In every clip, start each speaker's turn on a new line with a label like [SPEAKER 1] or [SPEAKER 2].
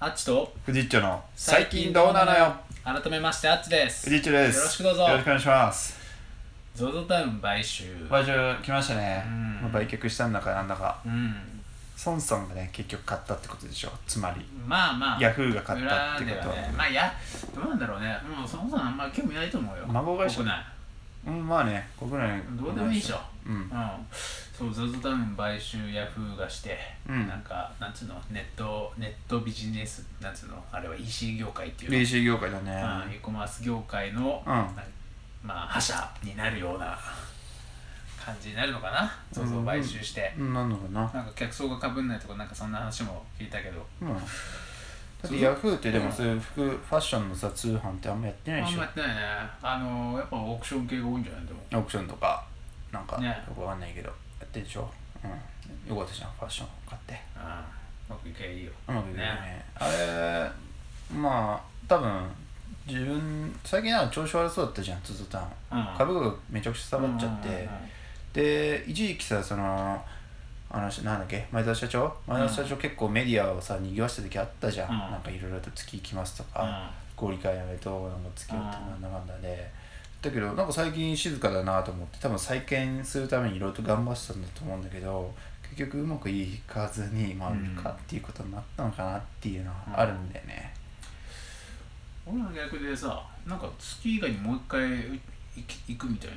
[SPEAKER 1] アッチと
[SPEAKER 2] フジッチョの最近どうなのよ
[SPEAKER 1] 改めましてアッチです
[SPEAKER 2] フジッチョです
[SPEAKER 1] よろしくどうぞ
[SPEAKER 2] よろしくお願いします
[SPEAKER 1] ゾゾタウン買収
[SPEAKER 2] 売却来ましたね
[SPEAKER 1] うん
[SPEAKER 2] まあ売却したんだかなんだか
[SPEAKER 1] うん
[SPEAKER 2] 孫さんがね結局買ったってことでしょつまり
[SPEAKER 1] まあまあ
[SPEAKER 2] ヤフーが買ったって
[SPEAKER 1] 裏で
[SPEAKER 2] こと
[SPEAKER 1] はねまあやどうなんだろうねもうそもそもあんまり興味ないと思うよ
[SPEAKER 2] 孫会社
[SPEAKER 1] 国内
[SPEAKER 2] うんまあね国内
[SPEAKER 1] どうでもいいでしょ
[SPEAKER 2] うん
[SPEAKER 1] うんそうゾゾタウン買収ヤフーがして、
[SPEAKER 2] うん
[SPEAKER 1] なんかなんつうのネットネットビジネスなんつうのあれは EC 業界っていうの
[SPEAKER 2] BC 業界だ
[SPEAKER 1] まあ
[SPEAKER 2] ね
[SPEAKER 1] エコマース業界の、
[SPEAKER 2] うん
[SPEAKER 1] なんかまあ覇者になるような感じになるのかな ZOZO を買収して、
[SPEAKER 2] うんなんのかな
[SPEAKER 1] なんか客層がかぶんないとかなんかそんな話も聞いたけど
[SPEAKER 2] うんだってヤフーってでもそういう服ファッションのさ通販ってあんまやってない
[SPEAKER 1] あ
[SPEAKER 2] で
[SPEAKER 1] ん
[SPEAKER 2] し
[SPEAKER 1] ま
[SPEAKER 2] ょ
[SPEAKER 1] やってないねあのやっぱオークション系が多いんじゃないでも
[SPEAKER 2] オークションとかなんか
[SPEAKER 1] ね
[SPEAKER 2] よくわかんないけどやってるでしょうんよかったじゃんファッション買って
[SPEAKER 1] ああうまくいけばいいよ
[SPEAKER 2] うまくいくよね
[SPEAKER 1] ね
[SPEAKER 2] あれまあ多分自分最近なんか調子悪そうだったじゃんずっとたん
[SPEAKER 1] うん
[SPEAKER 2] 株価がめちゃくちゃ下がっちゃって、
[SPEAKER 1] うんうんうん
[SPEAKER 2] で一時期さそのあの人なんだっけ前田社長前田社長結構メディアをさ賑わしてた時あったじゃん、
[SPEAKER 1] うん
[SPEAKER 2] なんかいろいろと月行きますと
[SPEAKER 1] うん
[SPEAKER 2] か、合理会やめとなんか月をって
[SPEAKER 1] うん
[SPEAKER 2] なんだかんだで、だけどなんか最近静かだなと思って多分再建するためにいろいろと頑張ってたんだと思うんだけど結局うまくいかずにまあ
[SPEAKER 1] うん
[SPEAKER 2] 売るかっていうことになったのかなっていうのはあるんだよね、
[SPEAKER 1] 俺の逆でさなんか月以外にもう一回行き行くみたいな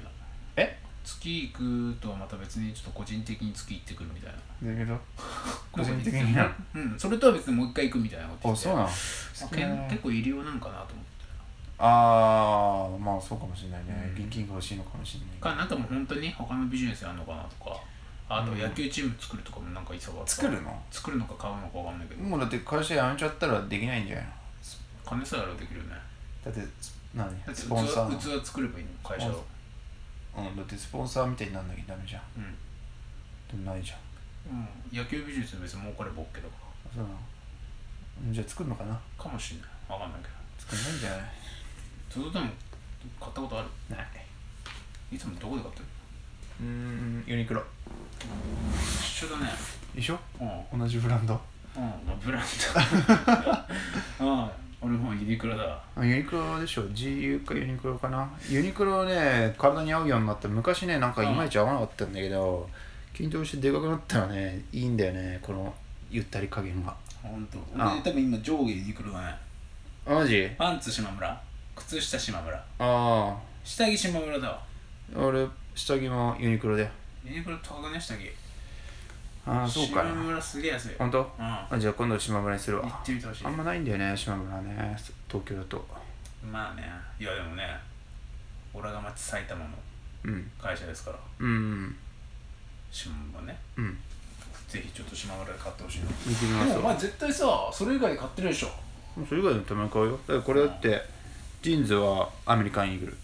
[SPEAKER 2] え
[SPEAKER 1] 月行くとはまた別にちょっと個人的に月行ってくるみたいな
[SPEAKER 2] だけど 個人的にな
[SPEAKER 1] うんそれとは別にもう一回行くみたいなこと
[SPEAKER 2] あ
[SPEAKER 1] 言って
[SPEAKER 2] そうなの
[SPEAKER 1] まあ
[SPEAKER 2] 好き
[SPEAKER 1] け
[SPEAKER 2] だ
[SPEAKER 1] ん
[SPEAKER 2] ね
[SPEAKER 1] 結構医療なんかなと思って
[SPEAKER 2] ああまあそうかもしれないね、
[SPEAKER 1] うん
[SPEAKER 2] 現金が欲しいのかもしれないけど
[SPEAKER 1] かなんかもう本当に他のビジネスやるのかなとかあと
[SPEAKER 2] うん
[SPEAKER 1] 野球チーム作るとかもなんかいそうだった
[SPEAKER 2] 作るの
[SPEAKER 1] 作るのか買うのかわかんないけど
[SPEAKER 2] もうだって会社辞めちゃったらできないんじゃないの
[SPEAKER 1] 金さえあればできるよね
[SPEAKER 2] だって何
[SPEAKER 1] だって
[SPEAKER 2] スポンサーの
[SPEAKER 1] 器器作ればいいの会社を
[SPEAKER 2] うんだってスポンサーみたいになんなきゃダメじゃん
[SPEAKER 1] うん、
[SPEAKER 2] でもないじゃん
[SPEAKER 1] うん、野球ビジネスは別に儲かれば OK だか
[SPEAKER 2] そうなのうんじゃあ作るのかな
[SPEAKER 1] らかもしれないわかんないけど
[SPEAKER 2] 作んないんじゃない
[SPEAKER 1] それでも買ったことある
[SPEAKER 2] ない
[SPEAKER 1] いつもどこで買ってる
[SPEAKER 2] うーんユニクロ
[SPEAKER 1] 一緒だね
[SPEAKER 2] でしょ
[SPEAKER 1] うんうん
[SPEAKER 2] 同じブランド
[SPEAKER 1] まあブラン ドうん俺もうユニクロだわ
[SPEAKER 2] ユニクロでしょ GU かユニクロかなユニクロね体に合うようになって昔ねなんかいまいち合わなかったんだけど緊張してでかくなったらねいいんだよねこのゆったり加減が
[SPEAKER 1] 本当。
[SPEAKER 2] あ
[SPEAKER 1] 俺多分今上下ユニクロだね
[SPEAKER 2] あマジ
[SPEAKER 1] パンツ島村靴下島村
[SPEAKER 2] あ
[SPEAKER 1] 下着島村だわ
[SPEAKER 2] あ俺下着もユニクロだよ
[SPEAKER 1] ユニクロ高くね下着
[SPEAKER 2] ああそうか
[SPEAKER 1] 島
[SPEAKER 2] な
[SPEAKER 1] 村すげえ安いうん
[SPEAKER 2] 本当
[SPEAKER 1] 行
[SPEAKER 2] あじゃあ今度島村にするわ
[SPEAKER 1] ってみてほしい
[SPEAKER 2] あんまないんだよね島村ね東京だと
[SPEAKER 1] まあねいやでもね俺が町埼玉の
[SPEAKER 2] うん
[SPEAKER 1] 会社ですから
[SPEAKER 2] うん
[SPEAKER 1] 島村ね
[SPEAKER 2] うん
[SPEAKER 1] ぜひちょっと島村で買ってほしいな
[SPEAKER 2] 見てみま
[SPEAKER 1] ですもお
[SPEAKER 2] わ
[SPEAKER 1] 前絶対さそれ以外で買ってるでしょ
[SPEAKER 2] もうそれ以外のたまに買うよだからこれだってジーンズはアメリカンイーグル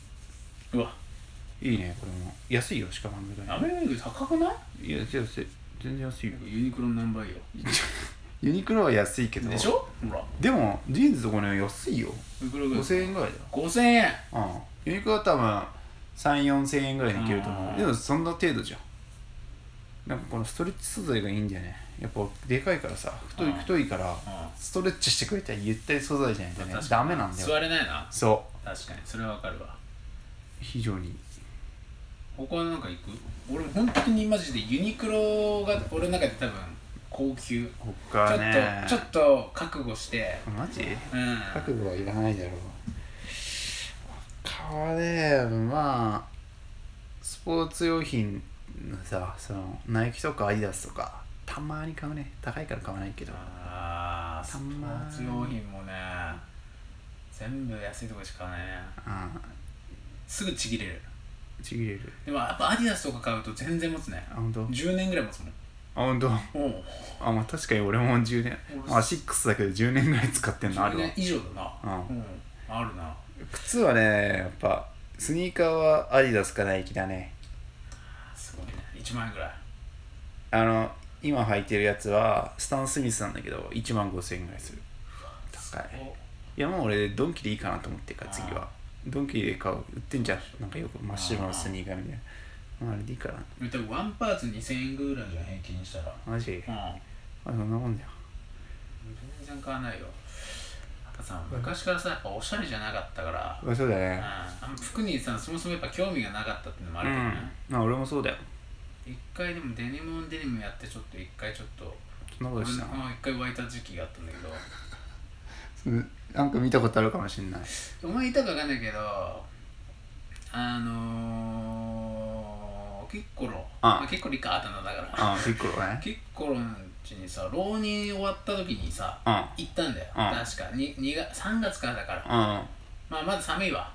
[SPEAKER 1] うわ
[SPEAKER 2] いいねこれも安いよしかもアメリカ
[SPEAKER 1] ア
[SPEAKER 2] ンイー
[SPEAKER 1] メリカ高くない
[SPEAKER 2] グルいや安い安い全然安いよ
[SPEAKER 1] ユニクロの何倍よ
[SPEAKER 2] ユニクロは安いけど
[SPEAKER 1] でしょほら
[SPEAKER 2] でもジーンズとかね安いよ
[SPEAKER 1] ユニクロぐらい
[SPEAKER 2] 5000円ぐらいだよ
[SPEAKER 1] 5000円
[SPEAKER 2] うんユニクロは多分34000円ぐらいでいけると
[SPEAKER 1] う
[SPEAKER 2] 思
[SPEAKER 1] ん
[SPEAKER 2] うでもそんな程度じゃんなんかこのストレッチ素材がいいんだよねやっぱでかいからさ太い
[SPEAKER 1] うん
[SPEAKER 2] 太いから
[SPEAKER 1] うん
[SPEAKER 2] ストレッチしてくれたらゆったり素材じゃないとね
[SPEAKER 1] 確か
[SPEAKER 2] ダ
[SPEAKER 1] に
[SPEAKER 2] メなんだよ
[SPEAKER 1] 座れないな
[SPEAKER 2] そ
[SPEAKER 1] 確かにそれはわかるわ
[SPEAKER 2] う非常に
[SPEAKER 1] 他はなんか行く俺も本当にマジでユニクロが俺の中で多分高級ち
[SPEAKER 2] こっ
[SPEAKER 1] ょ
[SPEAKER 2] か
[SPEAKER 1] っ
[SPEAKER 2] ら
[SPEAKER 1] と、
[SPEAKER 2] ね
[SPEAKER 1] ちょっと覚悟して
[SPEAKER 2] マジ
[SPEAKER 1] うん
[SPEAKER 2] 覚悟はいらないだろう他はねまあスポーツ用品のさそのナイキとかアディダスとかたまに買うね高いから買わないけど
[SPEAKER 1] あースポ
[SPEAKER 2] たま
[SPEAKER 1] ー
[SPEAKER 2] に
[SPEAKER 1] ツ用品もね全部安いとこしか買わないね
[SPEAKER 2] う
[SPEAKER 1] すぐちぎれる
[SPEAKER 2] んちぎれる
[SPEAKER 1] でもやっぱアディダスとか買うと全然持つね
[SPEAKER 2] あ本当あ
[SPEAKER 1] 10年ぐらい持つもん
[SPEAKER 2] 本当
[SPEAKER 1] おう
[SPEAKER 2] あまあ確かに俺も10年
[SPEAKER 1] 俺
[SPEAKER 2] まあ6だけど10年ぐらい使ってんのあ
[SPEAKER 1] 10
[SPEAKER 2] るわ
[SPEAKER 1] 年以上だな
[SPEAKER 2] うん
[SPEAKER 1] んあるな
[SPEAKER 2] 靴はねやっぱスニーカーはアディダスかナイキだね
[SPEAKER 1] すごいね1万円ぐらい
[SPEAKER 2] あの今履いてるやつはスタン・スミスなんだけど1万5000円ぐらいする高い
[SPEAKER 1] お
[SPEAKER 2] いやもう俺ドンキでいいかなと思ってるから次はドンキで買う売ってんじゃんなんかよく真っ白のスニーカーみたいなまああれでいいかな
[SPEAKER 1] 言ったらワンパーツ2000円ぐらいじゃん平均したら
[SPEAKER 2] マジ
[SPEAKER 1] うん
[SPEAKER 2] あそんなもんだよ
[SPEAKER 1] 全然買わないよなんかさ昔からさやっぱおしゃれじゃなかったから、
[SPEAKER 2] まあそうだ
[SPEAKER 1] うん、
[SPEAKER 2] ね
[SPEAKER 1] あんま服にさそもそもやっぱ興味がなかったっていうのもあるけどね、
[SPEAKER 2] うんまあ俺もそうだよ
[SPEAKER 1] 一回でもデニムオンデニムやってちょっと一回ちょっと
[SPEAKER 2] そんなことした
[SPEAKER 1] 俺のうん一回湧いた時期があったんだけど
[SPEAKER 2] うんなんか見たことあるかもしれない
[SPEAKER 1] お前いたかわかんないけどあのー、キッコロ
[SPEAKER 2] あ
[SPEAKER 1] まあキッコロ一回あだ名だから
[SPEAKER 2] ああピッコロね
[SPEAKER 1] キッコロのうちにさ浪人終わった時にさ
[SPEAKER 2] うん
[SPEAKER 1] 行ったんだよ、
[SPEAKER 2] うん
[SPEAKER 1] 確かににが3月からだから、
[SPEAKER 2] うん
[SPEAKER 1] まあまだ寒いわ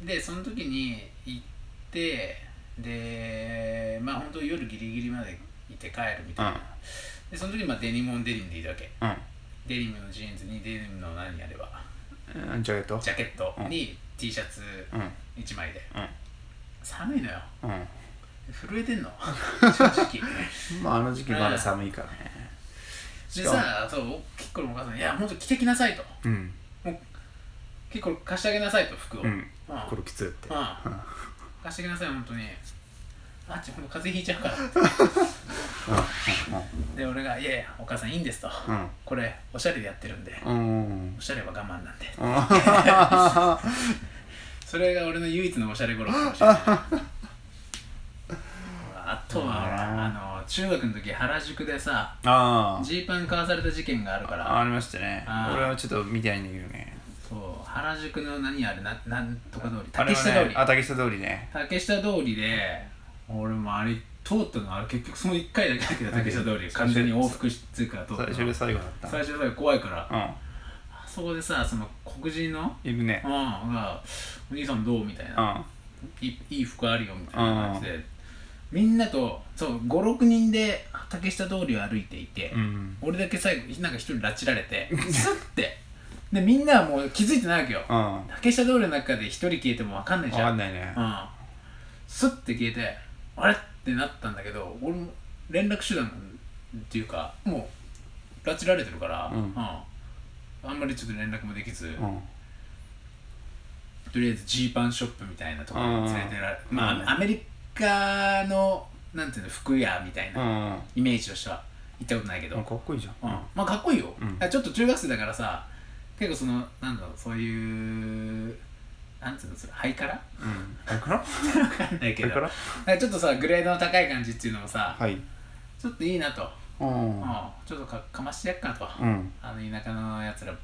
[SPEAKER 2] うん
[SPEAKER 1] でその時に行ってでまあ本当夜ギリギリまでいて帰るみたいな、でその時まあデニムオンデニムでいいわけデニムのジーンズにデニムの何やれば
[SPEAKER 2] うんうんジャケット
[SPEAKER 1] ジャケットに T シャツ
[SPEAKER 2] うん
[SPEAKER 1] 1枚で
[SPEAKER 2] う
[SPEAKER 1] 寒いのよ
[SPEAKER 2] んうん
[SPEAKER 1] 震えて んの正直
[SPEAKER 2] まああの時期まだ寒いからね
[SPEAKER 1] で
[SPEAKER 2] しかも
[SPEAKER 1] さそうキッコロのお母さんに「いや本当着てきなさい」と
[SPEAKER 2] うん
[SPEAKER 1] 「キッコロ貸してあげなさい」と服を、
[SPEAKER 2] う
[SPEAKER 1] うん
[SPEAKER 2] ん
[SPEAKER 1] うん
[SPEAKER 2] これきついって
[SPEAKER 1] 貸してあげなさい本当にあっちほんと風邪ひいちゃう から
[SPEAKER 2] う
[SPEAKER 1] で俺が「いやいやお母さんいいんです」と
[SPEAKER 2] んうん
[SPEAKER 1] 「これおしゃれでやってるんで
[SPEAKER 2] うんうん
[SPEAKER 1] おしゃれは我慢なんで
[SPEAKER 2] うん
[SPEAKER 1] それが俺の唯一のおしゃれ頃かもしれない あとはほらあの中学の時原宿でさ
[SPEAKER 2] あー
[SPEAKER 1] ジーパン買わされた事件があるから
[SPEAKER 2] あありましたね
[SPEAKER 1] あー
[SPEAKER 2] 俺はちょっと見てないんだけどね
[SPEAKER 1] そう原宿の何あれななんとか通り
[SPEAKER 2] あ
[SPEAKER 1] 竹
[SPEAKER 2] れは
[SPEAKER 1] 下
[SPEAKER 2] ね
[SPEAKER 1] 通り、
[SPEAKER 2] あ竹下通りね
[SPEAKER 1] 竹下通りで俺もあれ通ったのあれ結局その1回だけだけど竹下通り完全に往復してから通った
[SPEAKER 2] 最
[SPEAKER 1] の
[SPEAKER 2] 初で最後だった
[SPEAKER 1] 最初だから怖いから
[SPEAKER 2] う
[SPEAKER 1] あそこでさその黒人の
[SPEAKER 2] んいるね
[SPEAKER 1] うんが「お兄さんどう?」みたいうなん「いいいい服あるよ」みたいな感じでみんなとそう56人で竹下通りを歩いていて、
[SPEAKER 2] うん
[SPEAKER 1] 俺だけ最後なんか一人拉致られてスッてでみんなはもう気づいてないわけよ、
[SPEAKER 2] うんわ
[SPEAKER 1] 竹下通りの中で一人消えても分かんないじゃ
[SPEAKER 2] か
[SPEAKER 1] ん
[SPEAKER 2] んないね
[SPEAKER 1] うんスッて消えてあれってなったんだけど俺も連絡手段っていうかもう拉致られてるから、
[SPEAKER 2] うん
[SPEAKER 1] あんまりちょっと連絡もできず、
[SPEAKER 2] うん
[SPEAKER 1] とりあえずジーパンショップみたいなところに連れてられ、
[SPEAKER 2] うん
[SPEAKER 1] まあ、
[SPEAKER 2] うん
[SPEAKER 1] アメリカのなんていうの服屋みたいうなんイメージとしては行ったことないけど、
[SPEAKER 2] うんかっこいいじゃ
[SPEAKER 1] うん
[SPEAKER 2] ん
[SPEAKER 1] まあかっこいいよ、
[SPEAKER 2] うん
[SPEAKER 1] あちょっと中学生だからさ結構そのなんだろうそういうなんつうのそれハイカラ
[SPEAKER 2] うんあれから
[SPEAKER 1] わかんないけ
[SPEAKER 2] あれ
[SPEAKER 1] ど
[SPEAKER 2] から
[SPEAKER 1] なんかちょっとさグレードの高い感じっていうのもさ、
[SPEAKER 2] はい
[SPEAKER 1] ちょっといいなと、
[SPEAKER 2] うん
[SPEAKER 1] うんちょっとかかましてやっかなと、
[SPEAKER 2] うん
[SPEAKER 1] あの田舎のやつらの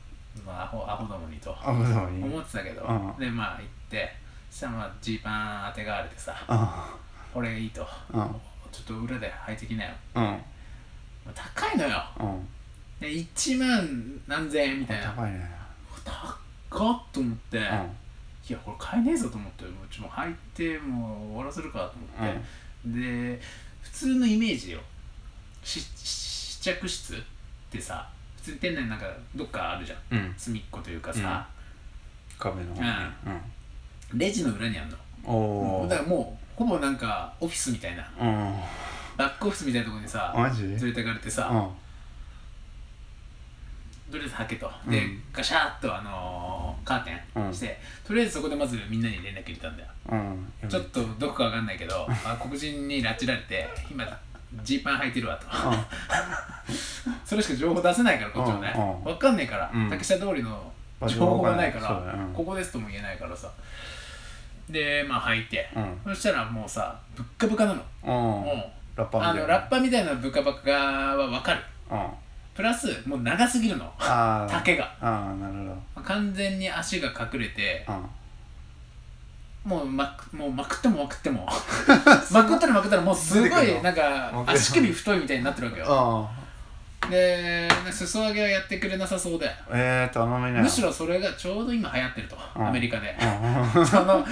[SPEAKER 1] アホアホどもにと
[SPEAKER 2] あそうだね
[SPEAKER 1] 思ってたけど、
[SPEAKER 2] うん
[SPEAKER 1] でまあ行ってそしたらまあジーパン当てがわれてさ
[SPEAKER 2] あ
[SPEAKER 1] 「これがいい」と
[SPEAKER 2] うん
[SPEAKER 1] 「ちょっと裏で履いてきなよ
[SPEAKER 2] うん」
[SPEAKER 1] まあ高いのよ
[SPEAKER 2] うん
[SPEAKER 1] で1万何千円みたいな
[SPEAKER 2] 高いね
[SPEAKER 1] 高っと思って、
[SPEAKER 2] う
[SPEAKER 1] い
[SPEAKER 2] ん
[SPEAKER 1] やこれ買えねえぞと思ってもうちょっともう履いてもう終わらせるかと思って、で普通のイメージよし試着室ってさ普通に店内なんかどっかあるじゃん
[SPEAKER 2] うんうん
[SPEAKER 1] 隅っこというかさ、
[SPEAKER 2] 壁のう
[SPEAKER 1] レジの裏にある
[SPEAKER 2] んお
[SPEAKER 1] の
[SPEAKER 2] お
[SPEAKER 1] だからもうほぼなんかオフィスみたいな
[SPEAKER 2] うん
[SPEAKER 1] バックオフィスみたいなところにさ
[SPEAKER 2] マジうん
[SPEAKER 1] 連れてかれてさ、とりあえず履けと、で
[SPEAKER 2] うん
[SPEAKER 1] ガシャーッとあのーカーテンして、とりあえずそこでまずみんなに連絡入れたんだよ
[SPEAKER 2] うん
[SPEAKER 1] ちょっとどこかわかんないけ ど、あ黒人に拉致られて、今、ジーパン履いてるわと。 それしか情報出せないから、こっちもね
[SPEAKER 2] うんうん。
[SPEAKER 1] わかんないから
[SPEAKER 2] うん、
[SPEAKER 1] 竹下通りの
[SPEAKER 2] まあ
[SPEAKER 1] 情報がないか
[SPEAKER 2] 情報がないそうだ
[SPEAKER 1] ら
[SPEAKER 2] ね、
[SPEAKER 1] ここですとも言えないからさ。で、まあ履いて
[SPEAKER 2] う
[SPEAKER 1] そ
[SPEAKER 2] ん、
[SPEAKER 1] したらもうさ、ぶっかぶかなの。
[SPEAKER 2] うん
[SPEAKER 1] もう、
[SPEAKER 2] ラッパー
[SPEAKER 1] あ
[SPEAKER 2] みた
[SPEAKER 1] の、
[SPEAKER 2] い
[SPEAKER 1] ラッ
[SPEAKER 2] な
[SPEAKER 1] パみたいなぶっかばかはわかる。
[SPEAKER 2] うん
[SPEAKER 1] プラス、もう長すぎるの、
[SPEAKER 2] あー
[SPEAKER 1] 竹が。
[SPEAKER 2] ああなるほど
[SPEAKER 1] 完全に足が隠れて、
[SPEAKER 2] うん
[SPEAKER 1] もうまくもうまくってもまくって もまくったらまくったらもうすご
[SPEAKER 2] 出てくるの
[SPEAKER 1] いなんか
[SPEAKER 2] まくる
[SPEAKER 1] 足首太いみたいになってるわけよ
[SPEAKER 2] あ
[SPEAKER 1] でなんか裾上げはやってくれなさそうで
[SPEAKER 2] あえー頼めない
[SPEAKER 1] むしろそれがちょうど今流行ってると
[SPEAKER 2] うん
[SPEAKER 1] ア メリカで
[SPEAKER 2] う ん
[SPEAKER 1] その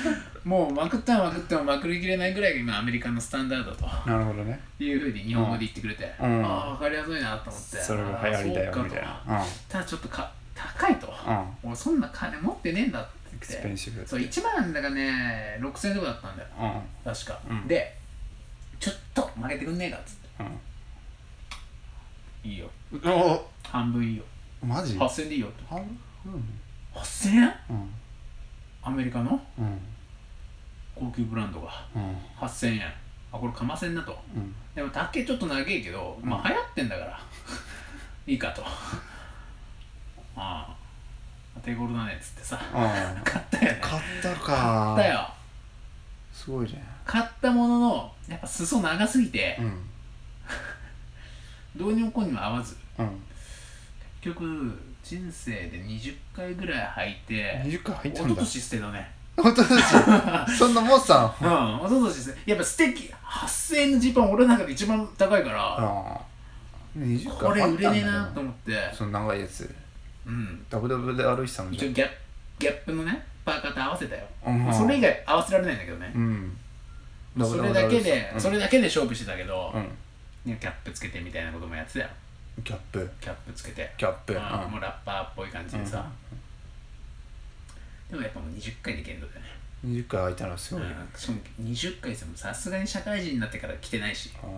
[SPEAKER 1] もうまくったらまくってもまくりきれないぐらいが今アメリカのスタンダードと
[SPEAKER 2] なるほどね
[SPEAKER 1] いうふうに日本語で言ってくれて、
[SPEAKER 2] うん
[SPEAKER 1] ああ分かりやすいなと思って
[SPEAKER 2] それが流行りだ
[SPEAKER 1] あ
[SPEAKER 2] よ
[SPEAKER 1] ーそう
[SPEAKER 2] み
[SPEAKER 1] かと
[SPEAKER 2] たいな
[SPEAKER 1] ただちょっとか高いと
[SPEAKER 2] うんうん
[SPEAKER 1] 俺そんな金持ってねえんだっ
[SPEAKER 2] エクスペ
[SPEAKER 1] て
[SPEAKER 2] ンシブ
[SPEAKER 1] そう1万だかね6000とかだったんだよ
[SPEAKER 2] うんうん
[SPEAKER 1] 確か、
[SPEAKER 2] うん
[SPEAKER 1] でちょっと曲げてくんねえかっつっていいよ
[SPEAKER 2] お
[SPEAKER 1] 半分いいよ
[SPEAKER 2] おマジ
[SPEAKER 1] 8000でいいよって
[SPEAKER 2] 半分
[SPEAKER 1] 8000?
[SPEAKER 2] うん
[SPEAKER 1] アメリカの
[SPEAKER 2] うん
[SPEAKER 1] 高級ブランドが
[SPEAKER 2] うん
[SPEAKER 1] 8000円あこれかませんなと
[SPEAKER 2] うん
[SPEAKER 1] でも竹ちょっと長いけどまあ流行ってんだから いいかとああ手頃だねっつってさ
[SPEAKER 2] うん買
[SPEAKER 1] 買ったよね
[SPEAKER 2] った
[SPEAKER 1] 買
[SPEAKER 2] か
[SPEAKER 1] ったよ
[SPEAKER 2] すごいね
[SPEAKER 1] 買ったもののやっぱ裾長すぎて
[SPEAKER 2] う、ん
[SPEAKER 1] どうにもこうにも合わず
[SPEAKER 2] うん
[SPEAKER 1] 結局人生で20回ぐらい履いて
[SPEAKER 2] 20回入っ
[SPEAKER 1] 一
[SPEAKER 2] たん
[SPEAKER 1] 昨
[SPEAKER 2] だ
[SPEAKER 1] 年捨てたね
[SPEAKER 2] 本当だしそんなもんさん
[SPEAKER 1] うん一昨年捨てやっぱステーキ8000円のジーパン俺の中で一番高いから
[SPEAKER 2] ああ20回
[SPEAKER 1] これ
[SPEAKER 2] あったん
[SPEAKER 1] 売
[SPEAKER 2] だ
[SPEAKER 1] れ
[SPEAKER 2] よ
[SPEAKER 1] ねえなと思って
[SPEAKER 2] その長いやつ
[SPEAKER 1] うん
[SPEAKER 2] ダブダブで歩いてたの
[SPEAKER 1] 一
[SPEAKER 2] じ
[SPEAKER 1] 応ギャップギャップのねパーカーと合わせたよ、
[SPEAKER 2] ゃんうん
[SPEAKER 1] それ以外合わせられないんだけどね
[SPEAKER 2] う、んダブ
[SPEAKER 1] そ
[SPEAKER 2] ダ
[SPEAKER 1] れ
[SPEAKER 2] ブで
[SPEAKER 1] だ
[SPEAKER 2] 歩い
[SPEAKER 1] け
[SPEAKER 2] て
[SPEAKER 1] で、
[SPEAKER 2] たうん
[SPEAKER 1] それだけで勝負してたけど、
[SPEAKER 2] うん
[SPEAKER 1] ねキャップつけてみたいなこともやってたよ
[SPEAKER 2] キャップ
[SPEAKER 1] キャップつけて、
[SPEAKER 2] キャップうん
[SPEAKER 1] あーもうラッパーっぽい感じでさ、でもやっぱもう20回で限度だよね、
[SPEAKER 2] 20回開いたらすごいね
[SPEAKER 1] うん、しかも20回でもさすがに社会人になってから着てないし
[SPEAKER 2] うん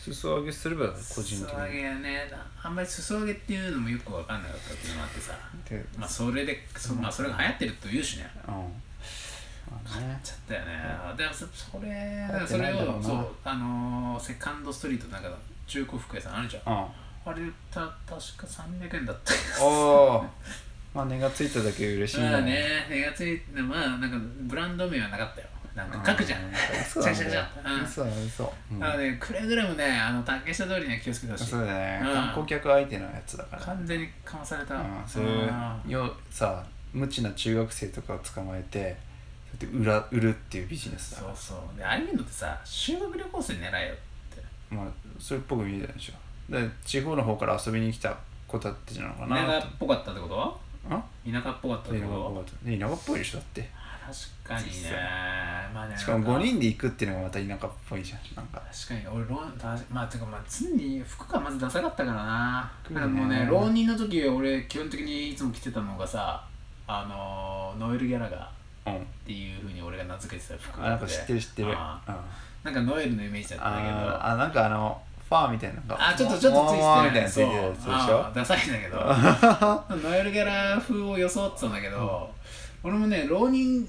[SPEAKER 2] 裾上げすれば個人的
[SPEAKER 1] 裾上
[SPEAKER 2] に
[SPEAKER 1] げはねあんまり裾上げっていうのもよく分かんなかったっていうのもあってさ
[SPEAKER 2] で
[SPEAKER 1] まあそれでそ,、まあ、それが流行ってると言うしね
[SPEAKER 2] うんまあね
[SPEAKER 1] ちゃったよね、でもそそれ
[SPEAKER 2] 合って
[SPEAKER 1] そ
[SPEAKER 2] ない
[SPEAKER 1] れ
[SPEAKER 2] んだろう
[SPEAKER 1] を
[SPEAKER 2] な
[SPEAKER 1] そうあのーセカンドストリートなんか中古服屋さんあるじゃん
[SPEAKER 2] うん
[SPEAKER 1] あれた確か300円だった
[SPEAKER 2] おおまあ値がついただけ嬉しい
[SPEAKER 1] まあね値がついてまあなんかブランド名はなかったよなんか書くじゃん、
[SPEAKER 2] そうだね
[SPEAKER 1] シャシャシャうん
[SPEAKER 2] そうだねそううん
[SPEAKER 1] なのでくれぐれもねあの竹下通りには気をつけてほしい
[SPEAKER 2] そうだね
[SPEAKER 1] うん
[SPEAKER 2] 観光客相手のやつだから
[SPEAKER 1] 完全にかまされた、
[SPEAKER 2] うんそういうよさ無知な中学生とかを捕まえてそうやって売ら売るっていうビジネスだ
[SPEAKER 1] そ
[SPEAKER 2] か
[SPEAKER 1] うそうでああいうのってさ修学旅行生狙えよって
[SPEAKER 2] らまあそれっぽく見えたでしょで地方の方から遊びに来た子たちなのかな
[SPEAKER 1] 田
[SPEAKER 2] と
[SPEAKER 1] 舎っぽかったってこと
[SPEAKER 2] あ
[SPEAKER 1] 田舎っぽかったっ
[SPEAKER 2] で
[SPEAKER 1] て
[SPEAKER 2] 田舎っ
[SPEAKER 1] こ
[SPEAKER 2] ぽかったで田舎っぽいでしょだって
[SPEAKER 1] と確かにねまあね
[SPEAKER 2] しかも
[SPEAKER 1] なん
[SPEAKER 2] 5人で行くっていうのがまた田舎っぽいじゃんなんか
[SPEAKER 1] 確かに俺ローンたまあてかまあ常に服がまずダサかったからな
[SPEAKER 2] 服ね
[SPEAKER 1] なんかもうね浪人の時俺基本的にいつも着てたのがさあのーノエル・ギャラガーっ
[SPEAKER 2] うん
[SPEAKER 1] ていうふうに俺が名付けてた服
[SPEAKER 2] あなんか知ってる知ってるうん
[SPEAKER 1] あ
[SPEAKER 2] あ
[SPEAKER 1] ーなんかノエルのイメージだったんだけど
[SPEAKER 2] ーあなんかあのファーみたいなのが
[SPEAKER 1] あちょっとちょっとつい
[SPEAKER 2] モワモワ
[SPEAKER 1] て
[SPEAKER 2] み
[SPEAKER 1] る
[SPEAKER 2] たいなのついてるやつでし
[SPEAKER 1] そうあーダサいんだ けどノエル・ギャラ風を装ってたんだけど、俺もね浪人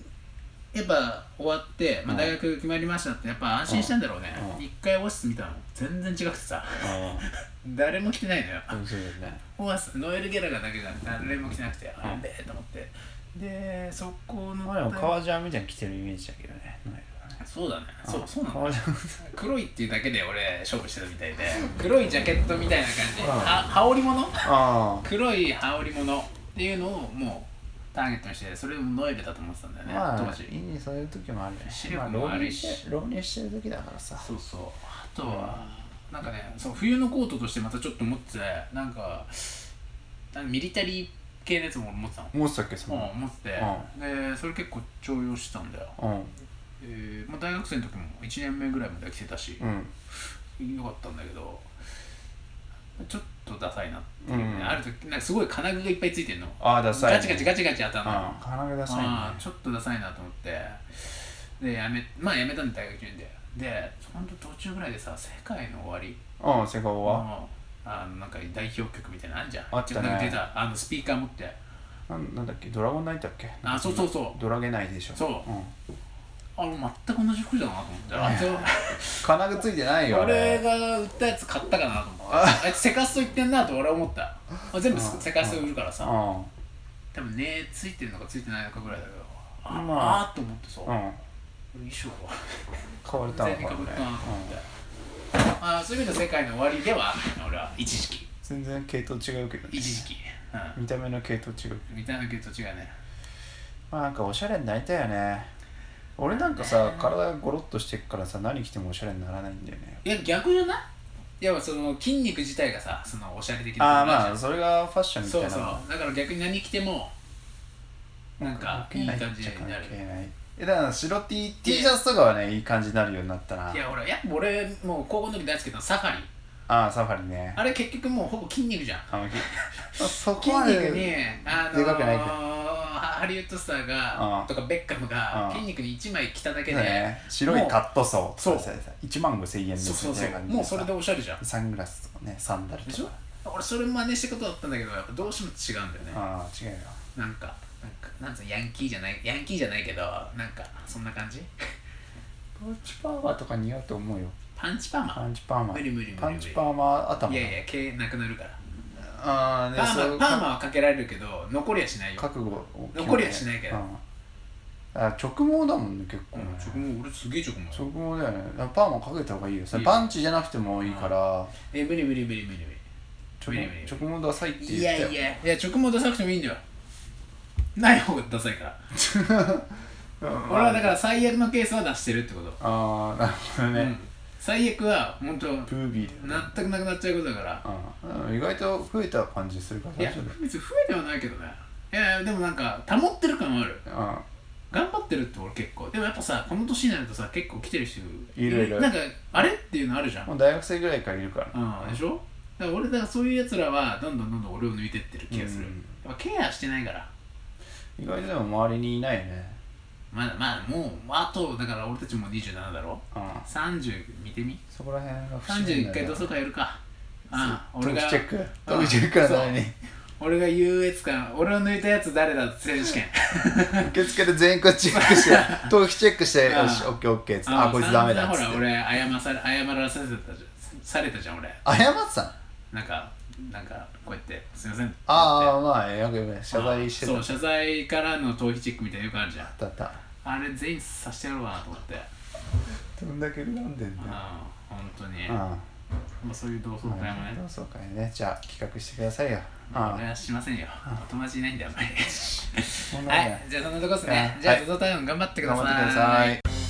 [SPEAKER 1] やっぱ終わって、まあ、
[SPEAKER 2] うん
[SPEAKER 1] 大学決まりましたってやっぱ安心したんだろうね
[SPEAKER 2] うん
[SPEAKER 1] 一、回オアシス見たの全然違くてさ
[SPEAKER 2] ょ
[SPEAKER 1] 誰も来てないのよ
[SPEAKER 2] うんうんそうだよね
[SPEAKER 1] オアシスノエル・ギャラがだけじゃ誰も来てなくて、あやべえと思ってでそこの
[SPEAKER 2] まあでも革ジャンみたいに着てるイメージだけどね
[SPEAKER 1] そうだねそうそうなの
[SPEAKER 2] 革ジャン
[SPEAKER 1] 黒いっていうだけで俺勝負してたみたいで黒いジャケットみたいな感じ
[SPEAKER 2] うん
[SPEAKER 1] は羽織物
[SPEAKER 2] あ
[SPEAKER 1] 黒い羽織物っていうのをもうターゲットにしてそれもノエルだと思ってたんだよ
[SPEAKER 2] あ
[SPEAKER 1] ね、
[SPEAKER 2] ま
[SPEAKER 1] 当
[SPEAKER 2] あ
[SPEAKER 1] 時
[SPEAKER 2] いいそういう時もあるね
[SPEAKER 1] 視力
[SPEAKER 2] まあ
[SPEAKER 1] も
[SPEAKER 2] 浪
[SPEAKER 1] 悪
[SPEAKER 2] 人
[SPEAKER 1] いし
[SPEAKER 2] して浪人してる時だからさ
[SPEAKER 1] そうそうあとは、なんかねそう冬のコートとしてまたちょっと持っててなんかなんかミリタリー系のやつも俺持ってたの、
[SPEAKER 2] もうさっきそ
[SPEAKER 1] うん、持ってて、でそれ結構重用してたんだよ、
[SPEAKER 2] うん
[SPEAKER 1] えーまあ、大学生の時も1年目ぐらいまでは着てたし、
[SPEAKER 2] うん
[SPEAKER 1] よかったんだけどちょっとダサいなっていうね、
[SPEAKER 2] うん
[SPEAKER 1] ある時なんかすごい金具がいっぱいついてんの
[SPEAKER 2] ああダサいね
[SPEAKER 1] ガチガチガチガチ当たんの、
[SPEAKER 2] うん金具ダサいね
[SPEAKER 1] ああちょっとダサいなと思ってでやめまあやめたんだ大学受験ででほんと途中ぐらいでさ「世界の終わり
[SPEAKER 2] うんセガ」オは
[SPEAKER 1] のあのなんか代表曲みたいなのあんじゃん
[SPEAKER 2] あったね
[SPEAKER 1] なんか出たあのスピーカー持って
[SPEAKER 2] なんなんだっけドラゴンナイトだっけ
[SPEAKER 1] あそうそうそう
[SPEAKER 2] ドラゲナイトでしょ
[SPEAKER 1] そうんあ俺全く同じ服だなと思ってあいつ
[SPEAKER 2] 金具ついてないよあ
[SPEAKER 1] 俺
[SPEAKER 2] れ
[SPEAKER 1] が売ったやつ買ったかなと思って あいつセカスト行ってんなと俺は思ったあ全部
[SPEAKER 2] うん
[SPEAKER 1] セカスト売るから
[SPEAKER 2] う
[SPEAKER 1] さ
[SPEAKER 2] んうん
[SPEAKER 1] 多分ねついてるのかついてないのかぐらいだけどあ、
[SPEAKER 2] まあ
[SPEAKER 1] あーっと思ってさ、俺衣装が
[SPEAKER 2] 買われた
[SPEAKER 1] 全然
[SPEAKER 2] の
[SPEAKER 1] か
[SPEAKER 2] か
[SPEAKER 1] ぶ
[SPEAKER 2] も
[SPEAKER 1] った
[SPEAKER 2] ね
[SPEAKER 1] なと思って、ああそういう意味で世界の終わりではあるな俺は一時期
[SPEAKER 2] 全然系統違うけどね
[SPEAKER 1] 一時期、
[SPEAKER 2] 見た目の系統違う
[SPEAKER 1] うん、見た目と違うね
[SPEAKER 2] まあなんかおしゃれになりたいよね俺なんかさ体がゴロッとしてっからさ何着てもおしゃれにならないんだよね
[SPEAKER 1] いや逆じゃないいやその筋肉自体がさそのおしゃれ的な
[SPEAKER 2] ああまあ
[SPEAKER 1] そ
[SPEAKER 2] それがファッションみたいうな
[SPEAKER 1] そうだから逆に何着てもなんかいい感じ
[SPEAKER 2] 関
[SPEAKER 1] になる
[SPEAKER 2] 係ないえだから白 T, T シャツとかはねいい感じになるようになったない
[SPEAKER 1] や俺やっぱ俺もう高校の時大好きなサファリ
[SPEAKER 2] ああサファリね
[SPEAKER 1] あれ結局もうほぼ筋肉じゃん
[SPEAKER 2] あのきそこ
[SPEAKER 1] 筋
[SPEAKER 2] ま
[SPEAKER 1] 肉に
[SPEAKER 2] で、
[SPEAKER 1] あの
[SPEAKER 2] でかくないけど
[SPEAKER 1] ハリウッドスターが
[SPEAKER 2] うん
[SPEAKER 1] とかベッカム
[SPEAKER 2] う
[SPEAKER 1] が
[SPEAKER 2] ん
[SPEAKER 1] 筋肉に1枚着ただけで、
[SPEAKER 2] ね、白いカットソー
[SPEAKER 1] そう
[SPEAKER 2] とかさ1万5千円で
[SPEAKER 1] そう
[SPEAKER 2] す
[SPEAKER 1] そう
[SPEAKER 2] み
[SPEAKER 1] そ
[SPEAKER 2] た
[SPEAKER 1] う
[SPEAKER 2] いな感じ
[SPEAKER 1] もうそれでおしゃれじゃん
[SPEAKER 2] サングラスとかねサンダル
[SPEAKER 1] で
[SPEAKER 2] と
[SPEAKER 1] しょ
[SPEAKER 2] か
[SPEAKER 1] 俺それ真似したことだったんだけどやっぱどうしても違うんだよね
[SPEAKER 2] ああ違うよ
[SPEAKER 1] なんかなんかなんつうのヤンキーじゃないヤンキーじゃないけどなんかそんな感じ
[SPEAKER 2] パンチパーマとか似合うと思うよ
[SPEAKER 1] パンチパーマ
[SPEAKER 2] パンチパーマ
[SPEAKER 1] 無理無理無理無理
[SPEAKER 2] パンチパーマ頭
[SPEAKER 1] いやいや毛なくなるから
[SPEAKER 2] ああ
[SPEAKER 1] パ
[SPEAKER 2] ね
[SPEAKER 1] ー
[SPEAKER 2] そ
[SPEAKER 1] マ
[SPEAKER 2] う
[SPEAKER 1] パーマはかけられるけど残りはしないよ、
[SPEAKER 2] 覚悟を決めて
[SPEAKER 1] 残りはしないけど
[SPEAKER 2] うんあ直毛だもんね結
[SPEAKER 1] う
[SPEAKER 2] 構ね、
[SPEAKER 1] ん、直毛俺すげえ直毛
[SPEAKER 2] 直毛だよねだからパーマかけた方がいいよそれ
[SPEAKER 1] いいよ
[SPEAKER 2] パンチじゃなくてもいいから
[SPEAKER 1] え無理無理無理無理
[SPEAKER 2] 直
[SPEAKER 1] 無理無理
[SPEAKER 2] 毛直毛ダサいって
[SPEAKER 1] 無理
[SPEAKER 2] 言っ
[SPEAKER 1] い
[SPEAKER 2] た
[SPEAKER 1] や
[SPEAKER 2] よ
[SPEAKER 1] いやいや直毛出さなくてもいいんだよない方がダサいから
[SPEAKER 2] うん
[SPEAKER 1] 俺はだから最悪のケースは出してるってこと、
[SPEAKER 2] ああなるほどね、
[SPEAKER 1] うん、最悪は本当
[SPEAKER 2] プービーだよね
[SPEAKER 1] 全くなくなっちゃうことだから
[SPEAKER 2] うんうん意外と増えた感じするから
[SPEAKER 1] いや
[SPEAKER 2] 大丈夫
[SPEAKER 1] 別に増えてはないけどねいやいやでもなんか保ってる感はある
[SPEAKER 2] あ
[SPEAKER 1] 頑張ってるって俺結構でもやっぱさこの年になるとさ結構来てる人
[SPEAKER 2] いるいる
[SPEAKER 1] なんかあれっていうのあるじゃん
[SPEAKER 2] もう大学生ぐらいからいるから
[SPEAKER 1] うん、でしょだから俺だからそういうやつらはどんどんどんどん俺を抜いてってる気がする、
[SPEAKER 2] うん
[SPEAKER 1] やっぱケアしてないから
[SPEAKER 2] 意外とでも周りにいないよね
[SPEAKER 1] まだまだもうあとだから俺たちもう27だろ
[SPEAKER 2] うん
[SPEAKER 1] 30見てみ
[SPEAKER 2] そこら辺が不思議
[SPEAKER 1] 31
[SPEAKER 2] だ
[SPEAKER 1] 回
[SPEAKER 2] よ
[SPEAKER 1] 同
[SPEAKER 2] ね
[SPEAKER 1] 窓会やるかああ
[SPEAKER 2] ト
[SPEAKER 1] 俺
[SPEAKER 2] ー
[SPEAKER 1] が
[SPEAKER 2] クチェックトークチェックはないね
[SPEAKER 1] 俺が優越感俺を抜いたやつ誰だって選手権
[SPEAKER 2] 受付で全員こっちチェ ックしてトークチェックして
[SPEAKER 1] ああ
[SPEAKER 2] よしオッケーオッケーっつってあこいつダメだっ
[SPEAKER 1] ほ
[SPEAKER 2] つっ
[SPEAKER 1] ら
[SPEAKER 2] て
[SPEAKER 1] 俺謝され謝らせてたじゃんされたじゃん俺
[SPEAKER 2] 謝ってたの
[SPEAKER 1] なんかなんかこうやってすいませんって
[SPEAKER 2] ああまあよくね謝罪してた
[SPEAKER 1] そう謝罪からの逃避チェックみたいなのよくあるじゃん
[SPEAKER 2] だった
[SPEAKER 1] あれ全員さしてやろうかなと思って
[SPEAKER 2] どんだけ恨んでんだ
[SPEAKER 1] うん
[SPEAKER 2] よ
[SPEAKER 1] 本当に
[SPEAKER 2] うん
[SPEAKER 1] まあそういう同窓会もね
[SPEAKER 2] 同窓会ねじゃあ企画してくださいようん
[SPEAKER 1] 俺はしませんよお友達いないんだよあんまり
[SPEAKER 2] そんなもん
[SPEAKER 1] は
[SPEAKER 2] だよ
[SPEAKER 1] いじゃあそんなとこっす
[SPEAKER 2] はい
[SPEAKER 1] ねじゃあゾゾタウン頑張ってくだ
[SPEAKER 2] 頑張
[SPEAKER 1] さ
[SPEAKER 2] ってくだ
[SPEAKER 1] い
[SPEAKER 2] さい